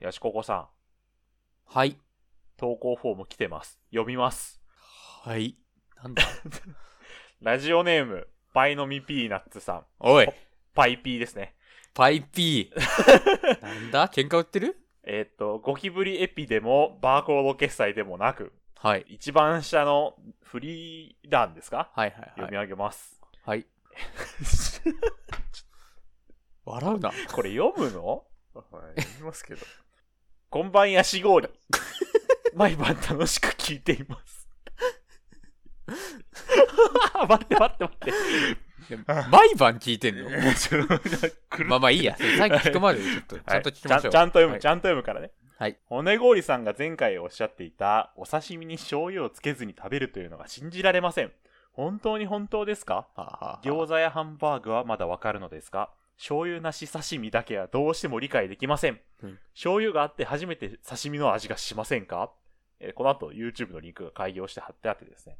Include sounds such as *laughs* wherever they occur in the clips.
ヤシココさん、はい。投稿フォーム来てます。読みます。はい。なんだラジオネーム、パイのみピーナッツさん。おい、パイピーですね。パイピ *laughs* ー。なんだ喧嘩売ってるえーっと、ゴキブリエピでも、バーコード決済でもなく、はい。一番下のフリー欄ですかはいはいは読い。み上げ *laughs* ます。はい。笑うな。これ読むのはい読みますけど。こんばんやしごり。毎晩楽しく聞いてい *laughs* ます。待って待って待って。毎晩聞いてん *laughs* のままあまあいいや。それさっき聞くまでちょっと、ちゃんと聞きましょう。ちゃんと読む、はいちゃんと読むからね。はい。骨氷さんが前回おっしゃっていた、お刺身に醤油をつけずに食べるというのが信じられません。本当に本当ですかはあはあ餃子やハンバーグはまだわかるのですが、醤油なし刺身だけはどうしても理解できません。うん醤油があって初めて刺身の味がしませんか、えーこの後 YouTube のリンクが開業して貼ってあってですね。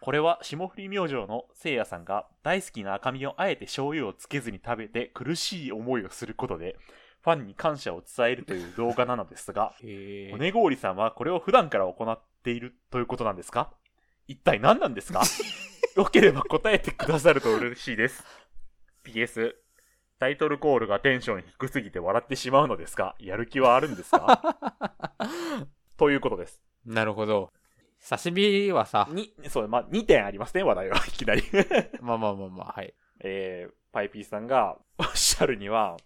これは霜降り明星のせいやさんが大好きな赤身をあえて醤油をつけずに食べて苦しい思いをすることで、ファンに感謝を伝えるという動画なのですが、へえ。骨氷さんはこれを普段から行っているということなんですか一体何なんですかよければ答えてくださると嬉しいです。PS、タイトルコールがテンション低すぎて笑ってしまうのですが、やる気はあるんです *laughs* かということです。なるほど。刺身はさ、に、そう、まあ、2点ありますね、話題は。いきなり。まあまあまあまあ、はい。えー、パイピーさんが *laughs* おっしゃるには、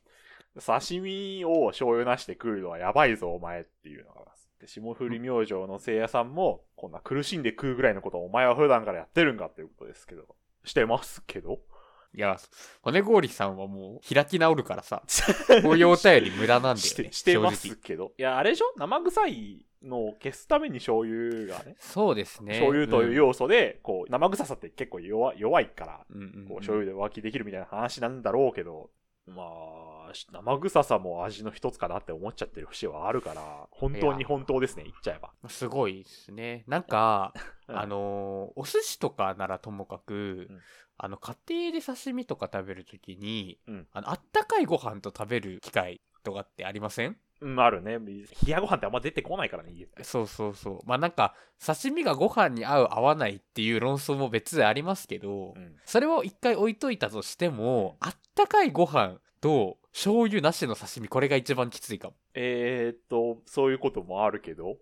刺身を醤油なしで食うのはやばいぞ、お前っていうのがあります。で霜降り明星のせいやさんも、こんな苦しんで食うぐらいのことをお前は普段からやってるんかっていうことですけど。してますけどいや、骨氷さんはもう開き直るから *laughs* さ、こういうお便り無駄なんだよね。してしてま正す直。けど。いや、あれでしょ生臭いのを消すために醤油がね、そうですね。醤油というよ要素で、こう、生臭さって結構弱弱いから、うん、うんうんこう醤油で浮気できるみたいな話なんだろうけど、まあ、し生臭さも味の一つかなって思っちゃってる節はあるから、本当に本当ですね、言っちゃえば。すごいで *laughs* すね。なんか、うんあのーお寿司とかならともかく、うんあの、家庭で刺身とか食べるときに、うんあの、あったかいご飯と食べる機会とかってありませんうん、あるね。冷やご飯ってあんま出てこないからね、家ってそうそうそう。まあなんか、刺身がご飯に合う合わないっていう論争も別でありますけど、うんそれを一回置いといたとしても、あったかいご飯と醤油なしの刺身、これが一番きついかも。えー、っと、そういうこともあるけど。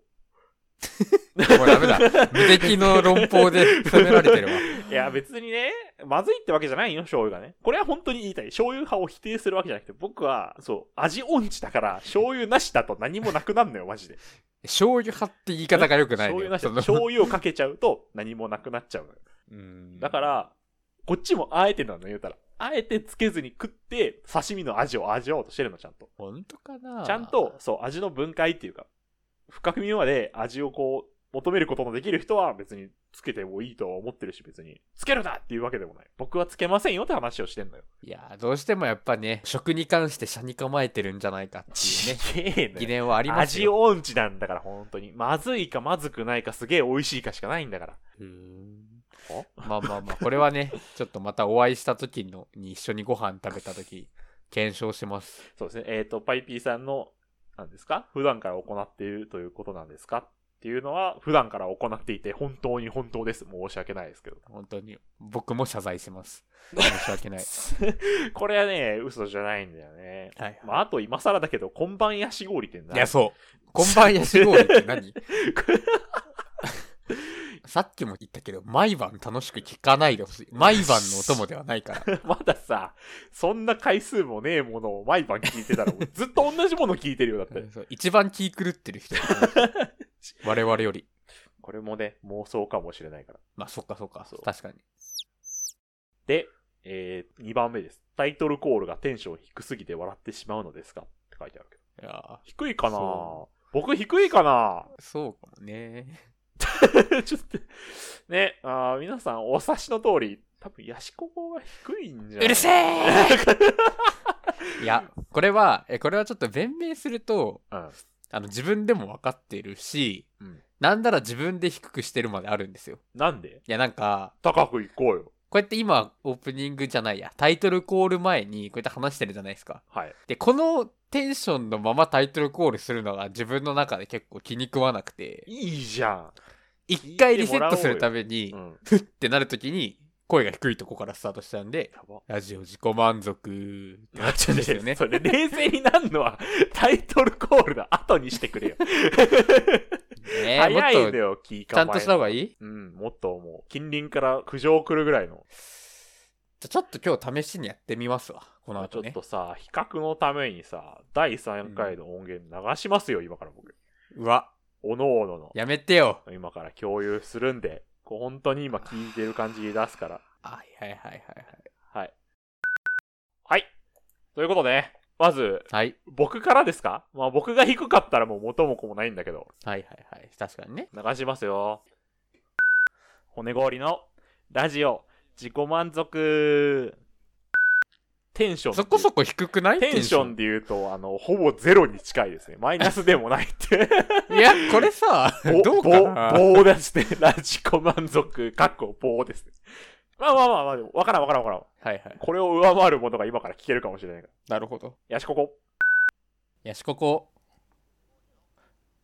もうダメだ。無敵の論法で責められてるわ。 *laughs* いや、別にね、まずいってわけじゃないよ、醤油がね。これは本当に言いたい。醤油派を否定するわけじゃなくて、僕は、そう、味音痴だから、醤油なしだと何もなくなるのよ、マジで。醤油派って言い方が良くない醤の油よなしだそとの醤油をかけちゃうと何もなくなっちゃうのよ。うんだから、こっちもあえてなの言うたら。あえてつけずに食って、刺身の味を味わおうとしてるの、ちゃんと。本当かなちゃんと、そう、味の分解っていうか、深みまで味をこう、求めることのできる人は別につけてもいいとは思ってるし、別に、つけるなっていうわけでもない。僕はつけませんよって話をしてんのよ。いやーどうしてもやっぱね食に関して車に構えてるんじゃないかってい *laughs* うねちげえ疑ね。念はあります味よ音痴なんだから、本当に。まずいかまずくないか、すげえ美味しいかしかないんだから。うーんおまあまあまあこれはねちょっとまたお会いした時のに一緒にご飯食べた時検証しますそうですね。えっ、と、パイピーさんの、なんですか普段から行っているということなんですかっていうのは、普段から行っていて、本当に本当です。申し訳ないですけど。本当に僕も謝罪します申し訳ない *laughs* これはね、嘘じゃないんだよね。はい、まあ、あと今更だけど、こんばんやし氷って何いやそうこんばんやしごりって *laughs* 何さっきも言ったけど毎晩楽しく聞かないでほしい毎晩のお供ではないから *laughs* まださ、そんな回数もねえものを毎晩聞いてた *laughs* ら、もうずっと同じもの聞いてるよ、だっ *laughs* うてん。そう一番気狂ってる *laughs* 人我々よりこれもね、妄想かもしれないから。まあそっかそっかそう確かにで、えー、2番目です。タイトルコールがテンション低すぎて笑ってしまうのですかって書いてあるけど。いや低いかなそ僕低いか *laughs* なーそうかもねちょっと、ね、あー皆さんお察しの通り、多分ヤシココが低いんじゃないうるせえいやこれはえこれはちょっと弁明するとうん。あの自分でも分かってるし、うんなんなら自分で低くしてるまであるんですよなんでいやなんか高く行こうよ。こうやって今オープニングじゃないやタイトルコール前にこうやって話してるじゃないですかはい。でこのテンションのままタイトルコールするのが自分の中で結構気に食わなくていいじゃん。一回リセットするためにうん。ふってなるときに声が低いとこからスタートしちゃうんでやば。ラジオ自己満足ってなっちゃうんです *laughs* よねそれ冷静になるのはタイトルコールの後にしてくれよ。ね *laughs* えも早いっのとよ、聞いちゃんとした方がいいいうん、もっと思う。近隣から苦情来るぐらいの。じゃあちょっと今日試しにやってみますわこのまあちょ後っねとさ、比較のためにさ、第3回の音源流しますよ、今から僕。うわおのおのの。やめてよ今から共有するんで、こう本当に今聞いてる感じ出すから。はいはいはいはいはいはい。はい。ということで、まず、はい僕からですかまあ僕が低かったらもう元も子もないんだけど、はいはいはい確かにね流しますよ。骨氷のラジオ、自己満足。テンション。そこそこ低くないテンションで言うと、あの、ほぼゼロに近いですね。マイナスでもないって。いやこれさどうかな棒、棒ですね。 *laughs* ラジコ満足、かっこ棒ですね。まあまあまあまあ、でも、わからんわからんわからん。はいはいこれを上回るものが今から聞けるかもしれないから。なるほどやしここ。よしここ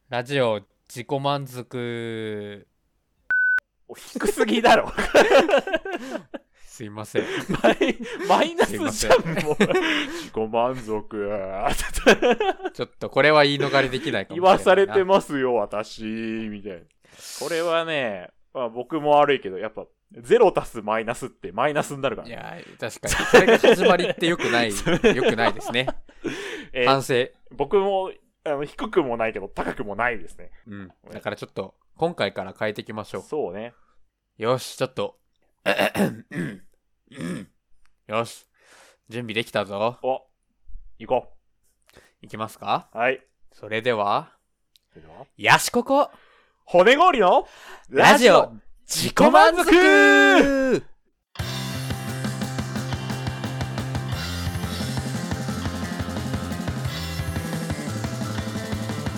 ラジオ自己満足お低すぎだろ。 *laughs* すいませんマイマイナスすいませじんゃん、もう。自己満足。ちょっとこれは言い逃れできないか *laughs* もし言れないわされてもますよ、私。みたいな。これはね、まあ、僕も悪いけど、やっぱ、ゼロ足すマイナスってマイナスになるからいね。や確かにそれが始まりってよくな *laughs* いよくないですねえー反省僕もあの低くもないけど高くもないですね。うんだからちょっと今回から変えていきましょそうね。うよしちょっと *coughs* よし準備できたぞお、行こいきますかう。はい。それではそれではよしここ骨氷のラジオ自己満足回る回るは楽しいこ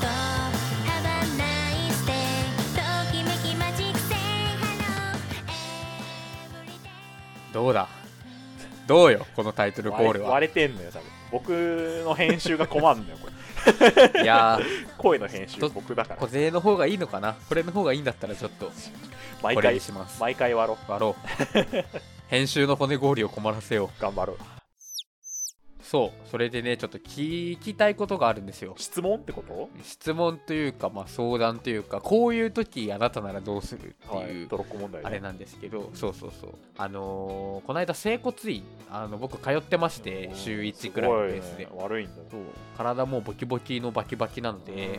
とハバナイステイときめきマジックセイハローエブリデイどうだどうよこのタイトルコールは割れてんのよ、多分。僕の編集が困るんだよ、 *laughs* これ。いや声の編集ど、僕だかーらこ。れの方がいいのかなこれの方がいいんだったらちょっと毎これ回に、します毎回割ろ割ろう *laughs* 編集の骨氷を困らせよう。頑張ろう。うそうそれでねちょっと聞きたいことがあるんですよ質問ってこと質問というか、まあ、相談というかこういう時あなたならどうするってはいい。うトロッコ問題ねあれなんですけど、そうそうそう、あのーこの間、整骨院、あの僕、通ってまして、週1くらいのペースで、すごいね悪いんだよ。そう体もボキボキのバキバキなので、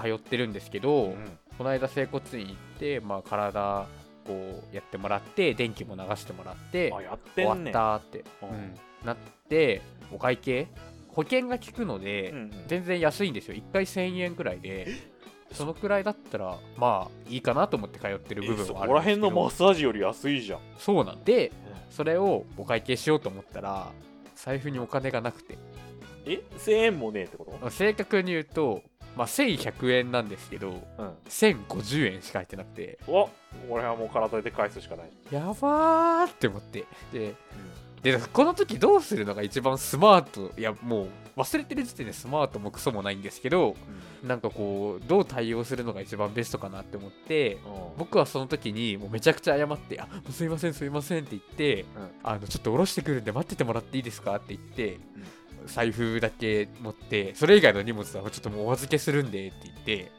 通ってるんですけど、うんこの間、整骨院行って、まあ、体こうやってもらって、電気も流してもらって、あ、やって終わんねっ。たって、うんうんなって、お会計、保険が効くので、うんうん全然安いんですよ、1回1000円くらいで。そのくらいだったらまあいいかなと思って通ってる部え分そはあこらるんですけ辺どのマッサージより安いじゃん。そうなんでそれをお会計しようと思ったら財布にお金がなくてえ ?1000 円もねえってこと正確に言うと、まあ、1100円なんですけどうん。 1050円しか入ってなくてお俺はもう体で返すしかない。やばーって思ってででこの時どうするのが一番スマートいやもう忘れてる時点でスマートもクソもないんですけどなんかこうどう対応するのが一番ベストかなって思ってうん僕はその時にもうめちゃくちゃ謝って「あもうすいませんすいません」って言って、うんあの「ちょっと下ろしてくるんで待っててもらっていいですか?」って言って、財布だけ持ってそれ以外の荷物はちょっともうお預けするんでって言って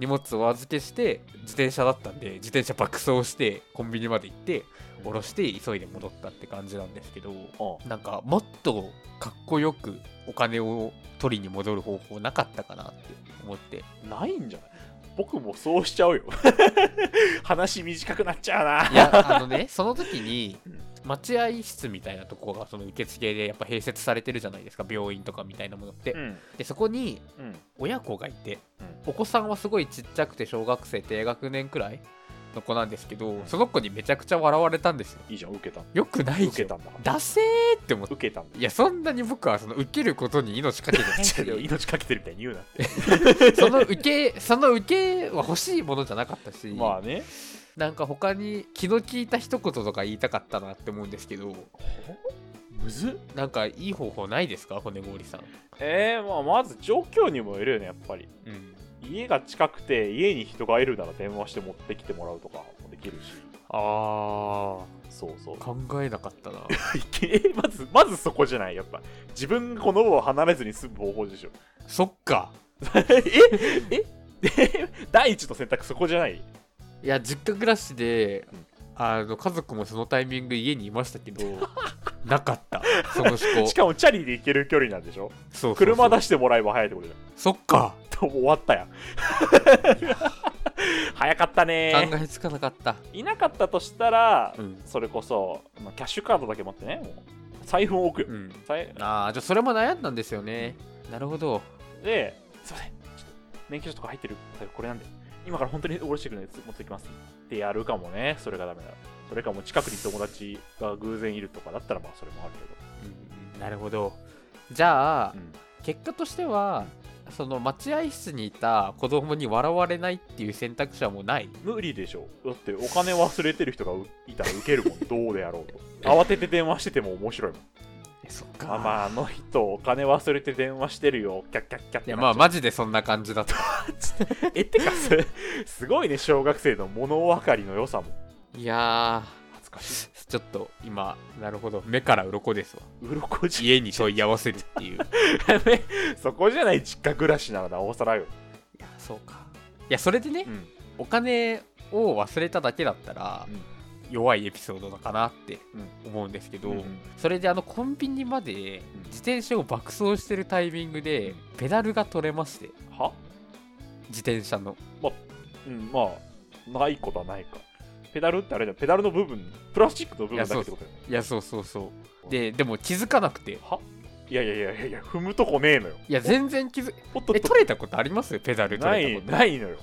荷物をお預けして自転車だったんで自転車爆走してコンビニまで行って下ろして急いで戻ったって感じなんですけどうんなんかもっとかっこよくお金を取りに戻る方法なかったかなって思ってないんじゃない僕もそうしちゃうよ。 *laughs* 話短くなっちゃうな。*laughs* いやあのねその時にうん待合室みたいなとこがその受付でやっぱ併設されてるじゃないですか病院とかみたいなものって、うん。でそこにうん。親子がいて、うんお子さんはすごいちっちゃくて小学生低学年くらいの子なんですけど、うんその子にめちゃくちゃ笑われたんですよいいじゃん、受けた。よくない受じけゃんたんだ。ダセーって思って受けたんだ。いやそんなに僕はその受けることに命かけてないし *laughs* 命かけてるみたいに言うなって。その受けその受けは欲しいものじゃなかったし、まあね。なんか他に気の利いた一言とか言いたかったなって思うんですけどむずっなんかいい方法ないですか骨氷さん、えー、まあまず状況にもよるよねやっぱりうん、家が近くて家に人がいるなら電話して持ってきてもらうとかもできるしあそうそう *laughs* 考えなかったな *laughs* えまずまずそこじゃないやっぱ自分がこの場を離れずに済む方法でしょそっか *laughs* えええ *laughs* 第一の選択そこじゃないいや実家暮らしでうんあの家族もそのタイミング家にいました *laughs* けどなかったその思考しかもチャリで行ける距離なんでしょそうそうそう車出してもらえば早いってことじそっゃかん *laughs* 終わったや *laughs* ん早かった考ねえつかなかった、いなかったとしたら、うんそれこそ、まあ、キャッシュカードだけ持ってねもう財布を置くうよ、ん、財ああじゃあそれも悩んだんですよねなるほどで、すいません、ちょっと免許証とか入ってる、これなんで、今から本当におろしてくるんで持ってきますってやるかもね、それがダメなら。それかもう近くに友達が偶然いるとかだったら、まあそれもあるうんなるほどじゃあ、けど。うん、結果としてはその待合室にいた子供に笑われないっていう選択肢はもうない無理でしょ。だってお金忘れてる人がいたら受けるも *laughs* ん、どうであろうと。慌てて電話してても面白いもん。そっあまあ、あの人、お金忘れて電話してるよ、キャッキャッキャッっいてやなっまあちゃう。マジでそんな感じだったえ、って *laughs* か、すすごいね、小学生の物分かりの良さも。いや恥ずかしい。ーちょっと今なるほど目から鱗ですわ鱗じ家に問い合わせるって *laughs* いういゃねそこじゃない実家暮らしならなおさらよ。やそうかいやそれでね、うんお金を忘れただけだったら、うん弱いエピソードだかなって思うんですけど、それであのコンビニまでうん自転車を爆走してるタイミングでペダルが取れましては自転車のうん、まあ、ないことはないか。ペダルってあれだよ、ペダルの部分、プラスチックの部分だけってことだよね。いやそうそうそうででも気づかなくてはいやいやいやいやいや、踏むとこねえのよ。いや全然気づポッとえ取れたことありますペダルな取れたい、ことないのよ。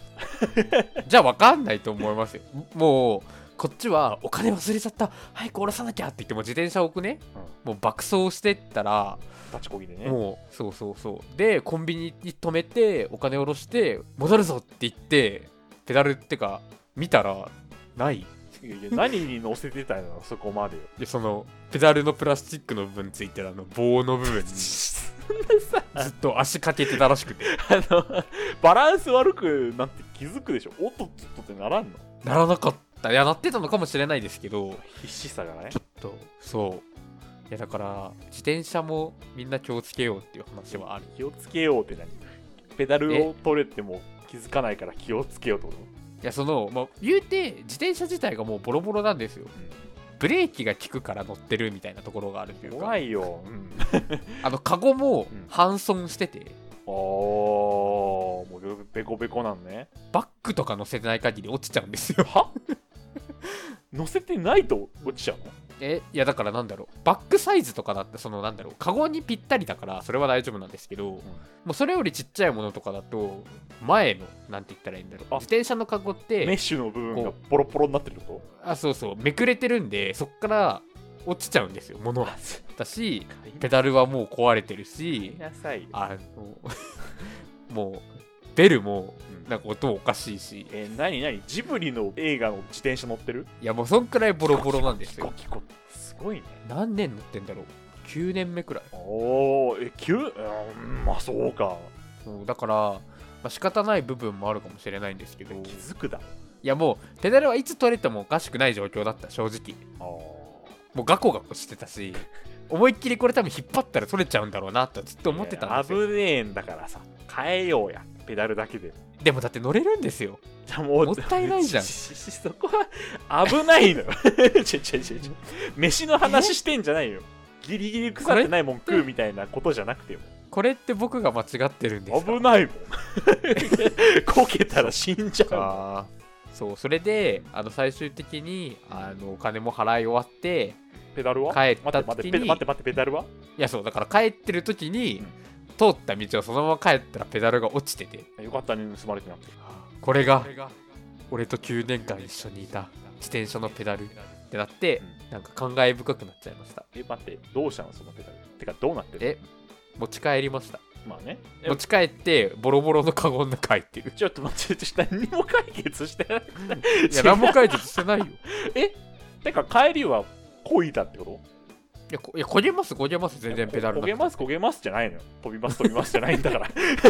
じゃあ分かんないと思いますよもうこっちはお金忘れちゃった早く下ろさなきゃって言ってもう自転車置くね、もう爆走してったら立ちこぎでね。もうそうそうそうでコンビニに止めてお金下ろして戻るぞって言ってペダルってか見たらないいやいや、何に乗せてたのよ、そこ *laughs* までよ。でそのペダルのプラスチックの部分ついてるあの棒の部分にずっと足かけてたらしくてあの、バランス悪くなんて気づくでしょ。おっとっとっとってならんのならなかったいやなってたのかもしれないですけど必死さがね。とそういやだから自転車もみんな気をつけようっていう話はある気をつけようって何ペダルを取れても気づかないから気をつけようってこといやその、まあ、言うて自転車自体がもうボロボロなんですよブレーキが効くから乗ってるみたいなところがあるというか怖いよ。うん。あのカゴもうん半損してて、おー、もうベコベコなんね。バッグとか乗せてない限り落ちちゃうんですよは乗せてないと落ちちゃうのえいやだからなんだろうバックサイズとかだってそのなんだろうカゴにぴったりだからそれは大丈夫なんですけど、もうそれよりちっちゃいものとかだと前のなんて言ったらいいんだろうあ自転車のカゴってメッシュの部分がポロポロになってるってこあそうそうめくれてるんでそっから落ちちゃうんですよ物とがだしペ買ダルはもう壊れてるしいなさいよ。あの *laughs* もうベルもうんなんか音おかしいしえー、なになにジブリの映画の自転車乗ってるいやもうそんくらいボロボロなんですキコよキコキコすごいね。何年乗ってんだろう9年目くらいおー、え、急うん、まあそうか。そうだから、まあ、仕方ない部分もあるかもしれないんですけ気どいづくだ。やもうペダルはいつ取れてもおかしくない状況だった正直あーもうガコガコしてたし思いっきりこれ多分引っ張ったら取れちゃうんだろうなとずっと思ってたんですよいや危ねえんだからさ、変えようや。ペダルだけで。でもだって乗れるんですよじゃあもうもったい *laughs* ないじゃんそこは危ないのよ *laughs* ちょちょちょちょ飯の話してんじゃないよギリギリ腐ってないもん食うみたいなことじゃなくてよこれって僕が間違ってるんですか危ないもん *laughs* こけたら死んじゃかそうそれであの最終的にあのお金も払い終わってうペダルは帰った待って待っ時てペに待って待ってペダルはいやそうだから帰ってる時にうん通った道をそのまま帰ったらペダルが落ちててよかったね盗まれてなくてこれが俺と9年間一緒にいた自転車のペダルってなってうなんか感慨深くなっちゃいましたえ待ってどうしたのそのペダルてかどうなってるえ持ち帰りましたまあね。え持ち帰ってボロボロのカゴの中入っ *laughs* てるちょっと待って、ちょっと何も解決してない。いや何も解決してないよい *laughs* えてか帰りは漕いだってことやこいや焦げます焦げます全然ペダルこ焦げなくます焦げますじゃないのよ飛びます飛びますじゃないんだから *laughs*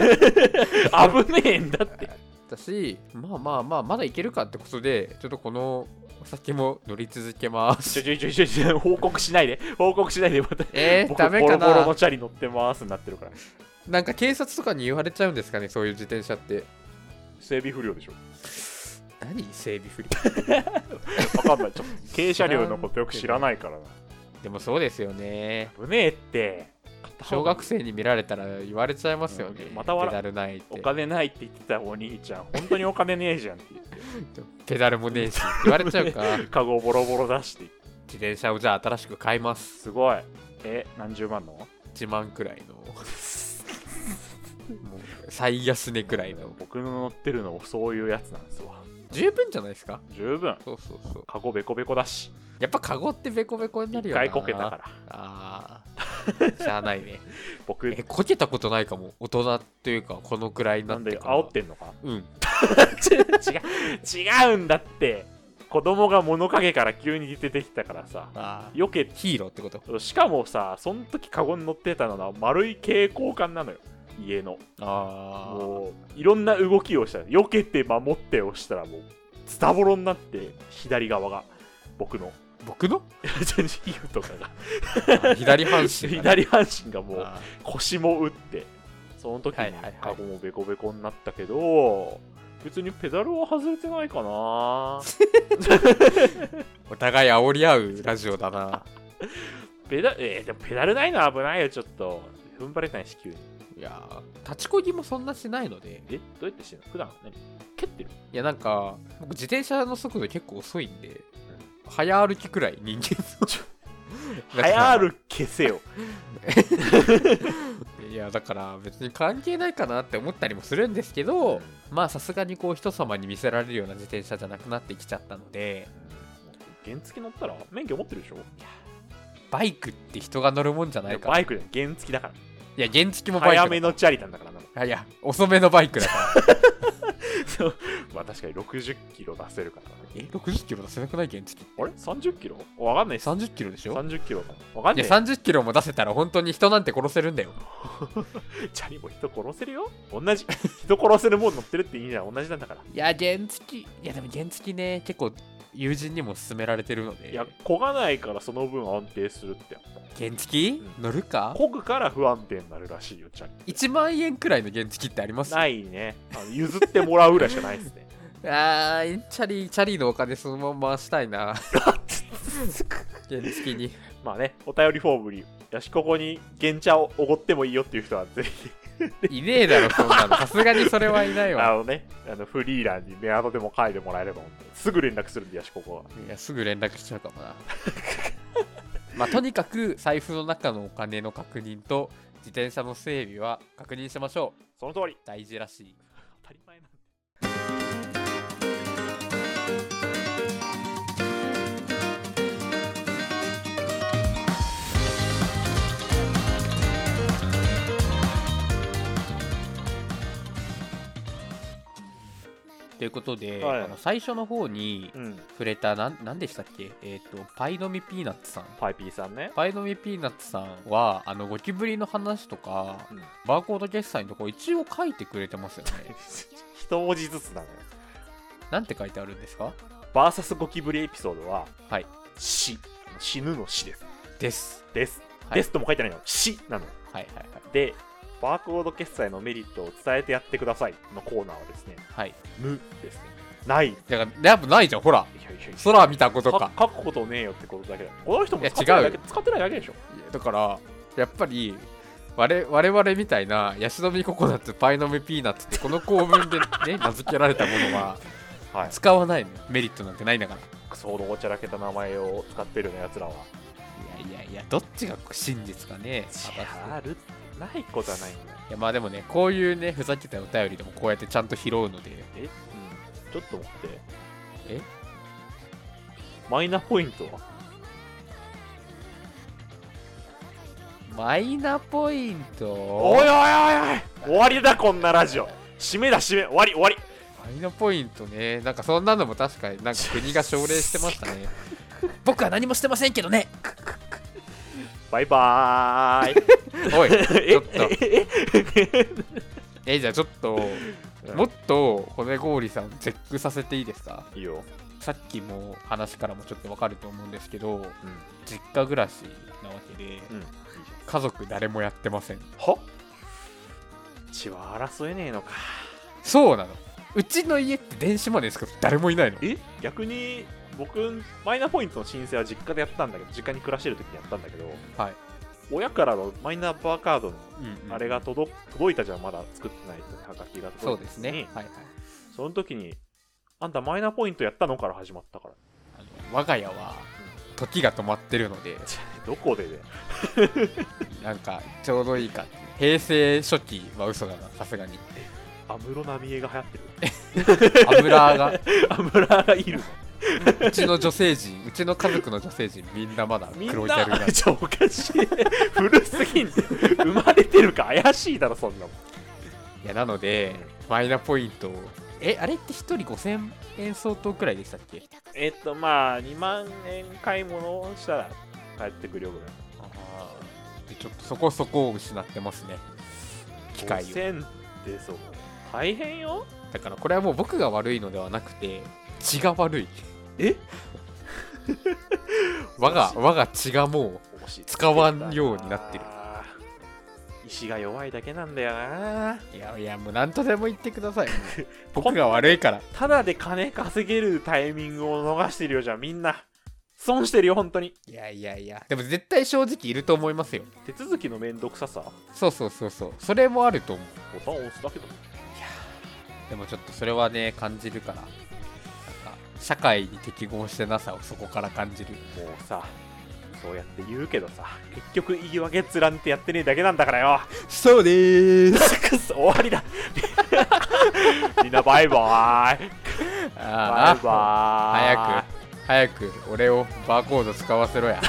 危ねえんだってだしまあまあまあまだいけるかってことでちょっとこのお酒も乗り続けまちょすちょちょちょちょ報告しないで報告しないでまたえー、僕ダメボかロボロのなチャリ乗ってますになってるからなんか警察とかに言われちゃうんですかねそういう自転車って整備不良でしょ何整備不良わかんないちょっと軽車両のことよく知らないからな *laughs* でもそうですよね危ねえって小学生に見られたら言われちゃいますよね、うんまた笑ペダルないってお金ないって言ってたお兄ちゃん本当にお金ねえじゃんって言ってペダルもねえしって言われちゃう *laughs* か自カゴをボロボロ出して転車をじゃあ新しく買いますすごいえ何十万の1万くらいの *laughs* もう最安値くらいの僕の乗ってるのもそういうやつなんですわ十分じゃないですか十分そうそうそうカゴベコベコだしやっぱカゴってベコベコになる一よな回こけたからあーしゃあない *laughs* ね僕えこけたことないかも大人っていうかこのくらいにななっんてでから煽ってんのかうん違う違うんだって子供が物陰から急に出てきたからさあーよけヒーローってことしかもさその時カゴに乗ってたのは丸い蛍光管なのよ家のああもういろんな動きをしたよけて守ってをしたらもうズタボロになって左側が僕の僕の全然言うとかがあー左半身がね *laughs* 左半身がもうあ腰も打ってその時はいにはいはいカゴもベコベコになったけど、別にペダルは外れてないかなーお互い煽り合うラジオだなペダえーでもペダルないのは危ないよちょっと踏ん張れないし急にいやー立ちこぎもそんなしないのでえどうやってしてんの普段何蹴ってるいやなんか僕自転車の速度結構遅いんで、早歩きくらい人間の *laughs* 早歩き消せよきいやだから別に関係ないかなって思ったりもするんですけどまあさすがにこう人様に見せられるような自転車じゃなくなってきちゃったので原付乗ったら免許持ってるでしょバイクって人が乗るもんじゃないかバらいイクで原付だからや原付もバイク早だめのチャリなんだからないや遅めのバイクだからそうまあ確かに60キロ出せるからな *laughs* え60キロ出せなくない原付あれ30キロわかんないっす30キロでしょ30キロかなわかんいなやい30キロも出せたら本当に人なんて殺せるんだよチャリも人殺せるよ同じ人殺せるもん乗ってるっていいじゃん同じなんだからいや原付いやでも原付ね結構友人にも勧められてるのでいや焦がないからその分安定するって原付うん乗るか焦ぐから不安定になるらしいよチャリ1万円くらいの原付ってありますないねあの譲ってもらうぐらいしかないですね *laughs* あーチャリチャリのお金そのまま回した *laughs* いな原付にまあねお便りフォームによしここに原茶をおごってもいいよっていう人はぜひいねえだろそんなのさすがにそれはいないあわのねあのフリーランにメアドでも書いてもらえれば本当にすぐ連絡するんでよしここはいやすぐ連絡しちゃうかもなまあとにかく財布の中のお金の確認と自転車の整備は確認しましょうその通り大事らしい当たり前なんだということで、はいあの最初の方にうん触れたなんなんでしたっけえっ、とパイのみピーナッツさんパイピーさんねパイのみピーナッツさんはあのゴキブリの話とかうんバーコード決済のとこ一応書いてくれてますよ *laughs* ね一文字ずつなのよなんて書いてあるんですかバーサスゴキブリエピソードは、はい、死。死ぬの死です。ですです。はいですとも書いてないの。死なの。はいはいはいで、バーコード決済のメリットを伝えてやってくださいのコーナーはですね、はい無ですね。ない。いだからやっぱないじゃんほらやいやいや空見たことかか書くことねえよってことだけだ。この人も使っていやな違いうだけ使ってないだけでしょ。いやだからやっぱり我我々みたいなヤシの実ココナッツパイの実ピーナッツってこの構文で、 *laughs* ね、名付けられたものははい。使わないのよメリットなんてないんだからくそほどおちゃらけた名前を使ってるようなやつらは。いやいやいやどっちが真実かねあるないことはないんだよ。いやまあでもねこういうねふざけたお便りでもこうやってちゃんと拾うのでえ、うん、ちょっと待って。えマイナポイントはマイナポイントおいおいおいおい終わりだこんなラジオ締めだ締め終わり終わりマイナポイントねなんかそんなのも確かになんか国が奨励してましたね *laughs* 僕は何もしてませんけどねバイバ *laughs* ーイ *laughs* おいちょっとええじゃあちょっとうんもっと米氷さんチェックさせていいですかいいよ、さっきも話からもちょっとわかると思うんですけどうん、実家暮らしなわけで、うん家族誰もやってませんは血は争えねえのかそうなのうちの家って電子マネーですけど誰もいないのえ逆に僕マイナポイントの申請は実家でやったんだけど実家に暮らしてる時にやったんだけどはい、親からのマイナンバーカードのうんうんあれが届届いたじゃんまだ作ってないはがきが届いた時にそうですね、はいはい、その時にあんたマイナポイントやったのから始まったから *laughs* あの我が家は時が止まってるのでどこででなんかちょうどいいか平成初期は嘘だなさすが *laughs* に安室奈美恵が流行ってる *laughs* 油がアムラがいるうちの女性陣うちの家族の女性陣みんなまだみ黒んいギャルな *laughs* がちょおかしい古すぎんて生まれてるか怪しいだろそんなもんいやなのでマイナポイントをえあれって1人5000円相当くらいでしたっけえっとまあ2万円買い物をしたら帰ってくるよぐらいでちょっとそこそこを失ってますね機会を5000ってそう大変よだからこれはもう僕が悪いのではなくて血が悪い *laughs* え我が我が血がも使わんようになってる石が弱いだけなんだよなういやいやもう何とでも言ってくださいもう *laughs* 僕が悪いからただで金稼げるタイミングを逃してるよじゃあみんな損してるよ本当にいやいやいやでも絶対正直いると思いますよ手続きのめんどくささそうそうそうそうそれもあると思うボタン押すだけだもんでもちょっとそれはね感じるからなんか社会に適合してなさをそこから感じるもうさそうやって言うけどさ結局言い訳つらんってやってねえだけなんだからよそうでーすくっそ終わりだ *laughs* みんなバイバーイあバーイバーイ早く早く俺をバーコード使わせろや